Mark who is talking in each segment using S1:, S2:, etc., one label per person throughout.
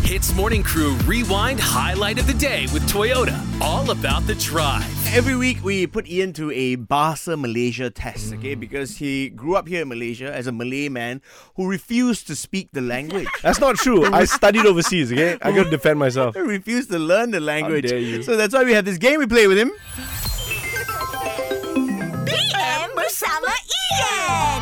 S1: Hits Morning Crew Rewind Highlight of the Day with Toyota. All about the drive.
S2: Every week we put Ian to a Bahasa Malaysia test, okay?
S3: Mm.
S2: Because he grew up here in Malaysia as a Malay man who refused to speak the language.
S3: That's not true. I studied overseas, okay? I gotta defend myself.
S2: He refused to learn the language.
S3: dare you.
S2: So that's why we have this game we play with him.
S4: BM bersama Ian.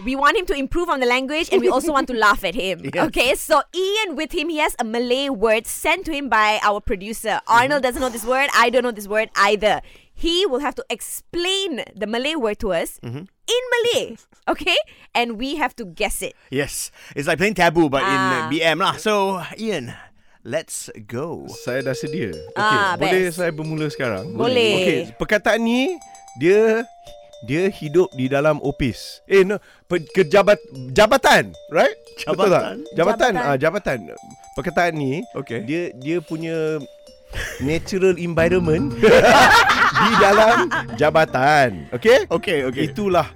S4: We want him to improve on the language and we also want to laugh at him. Okay, so Ian with him, he has a Malay word sent to him by our producer. Arnold doesn't know this word, I don't know this word either. He will have to explain the Malay word to us in Malay, okay? And we have to guess it.
S2: Yes. It's like playing taboo but
S4: Ah.
S2: in uh, BM lah. So Ian, let's go.
S3: Saya dah sedia. Okay,
S4: Ah,
S3: boleh
S4: best.
S3: saya bermula sekarang?
S4: Boleh.
S3: Okey, perkataan ni dia dia hidup di dalam opis. Eh no, pe, ke jabat, jabatan, right? Betul tak?
S2: Jabatan?
S3: Jabatan.
S4: Jabatan.
S3: Ah, jabatan. Perkataan ni
S2: Okey.
S3: dia dia punya natural environment di dalam jabatan. Okey?
S2: Okay, okay.
S3: Itulah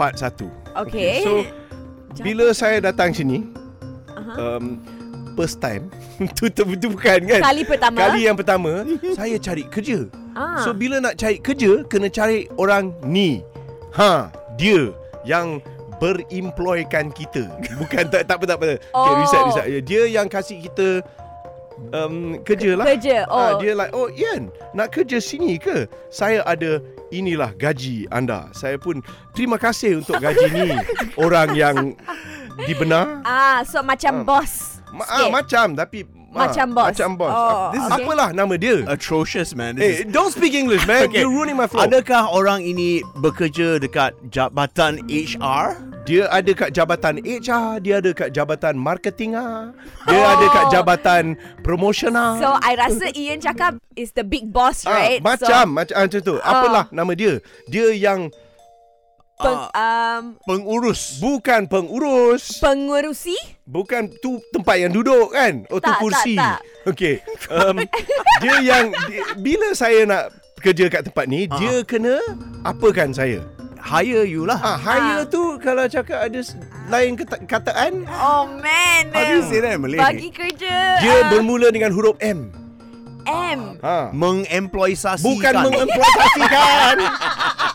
S3: part satu.
S4: Okay.
S3: So
S4: Jabatan.
S3: bila saya datang sini
S4: Aha.
S3: um first time tu, tu, tu bukan kan
S4: Kali pertama.
S3: Kali yang pertama saya cari kerja.
S4: Ah.
S3: So bila nak cari kerja kena cari orang ni. Ha, dia yang beremploykan kita. Bukan tak tak apa tak apa. Okay,
S4: Oh.
S3: reset reset. Ya, Dia yang kasih kita um, kerja lah.
S4: Kerja,
S3: Ah,
S4: oh.
S3: dia like, oh Ian, nak kerja sini ke? Saya ada inilah gaji anda. Saya pun terima kasih untuk gaji ni. orang yang dibenar.
S4: Ah, so macam boss.
S3: Ma- ah,
S4: sikit.
S3: macam tapi ah,
S4: Macam boss.
S3: Macam bos.
S4: Oh,
S3: This is
S4: okay.
S3: apalah nama dia.
S2: Atrocious man. Uh, This
S3: Hey, don't speak English, man.
S2: Okay.
S3: You're ruining my
S2: is-
S3: flow.
S2: Adakah orang ini bekerja dekat jabatan HR?
S3: Dia ada kat jabatan HR, dia ada kat jabatan marketing ah. Dia ada kat jabatan promotion ah.
S4: Oh. So I rasa Ian cakap is the big boss,
S3: Ah,
S4: right? oh.
S3: macam macam ah, macam tu. Apalah nama dia? Dia yang
S4: so, peng, um,
S2: Pengurus.
S3: bukan pengurus,
S4: pengurusi?
S3: bukan tu tempat yang duduk kan. Oh
S4: Tak, tak,
S3: tu kursi.
S4: tak.
S3: Okey. Um, dia yang dia, bila saya nak kerja kat tempat ni, dia kena apakan saya?
S2: Hire you lah.
S3: Ha. Ah, hire
S4: Ah.
S3: tu kalau cakap ada s- lain kata- kataan,
S4: Oh man.
S2: How do you say that in Malay?
S4: Bagi kerja.
S3: dia
S4: ah,
S3: bermula dengan huruf M.
S4: M.
S3: Ha.
S2: Mengemploisasikan.
S3: Bukan mengemployasikan.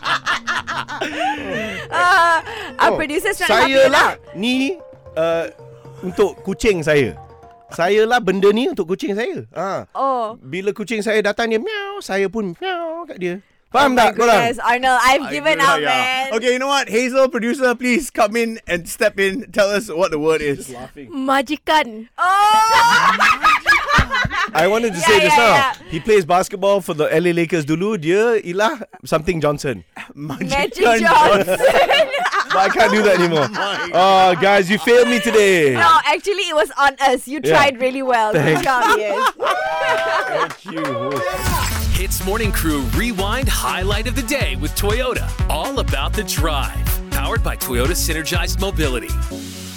S4: Uh, our
S3: Oh,
S4: producers trying to help
S3: Saya
S4: you
S3: lah
S4: out.
S3: ni uh, untuk kucing saya. Saya lah benda ni untuk kucing saya. Ha.
S4: Oh.
S3: Bila kucing saya datang dia miau, saya pun miau kat dia. Faham
S4: Oh my
S3: tak korang?
S4: goodness, Arnold, I've given
S2: Yeah,
S4: up,
S2: yeah.
S4: man.
S2: Okay, you know what? Hazel, producer, please come in and step in. Tell us what the word is.
S5: Majikan.
S4: Oh.
S3: I wanted to
S4: Yeah,
S3: say this
S4: yeah,
S3: now.
S4: yeah.
S3: He plays basketball for the LA Lakers dulu. Dia ialah something Johnson.
S4: Magic
S2: Majikan
S4: Johnson.
S3: But I can't do that anymore.
S2: my
S3: Oh, guys, you failed me today.
S4: no, actually, it was on us. You
S3: Yeah.
S4: tried really well.
S3: Thanks.
S4: Good job, Ian.
S3: Thank you.
S1: Hits Morning Crew Rewind Highlight of the Day with Toyota. All about the drive. Powered by Toyota Synergized Mobility.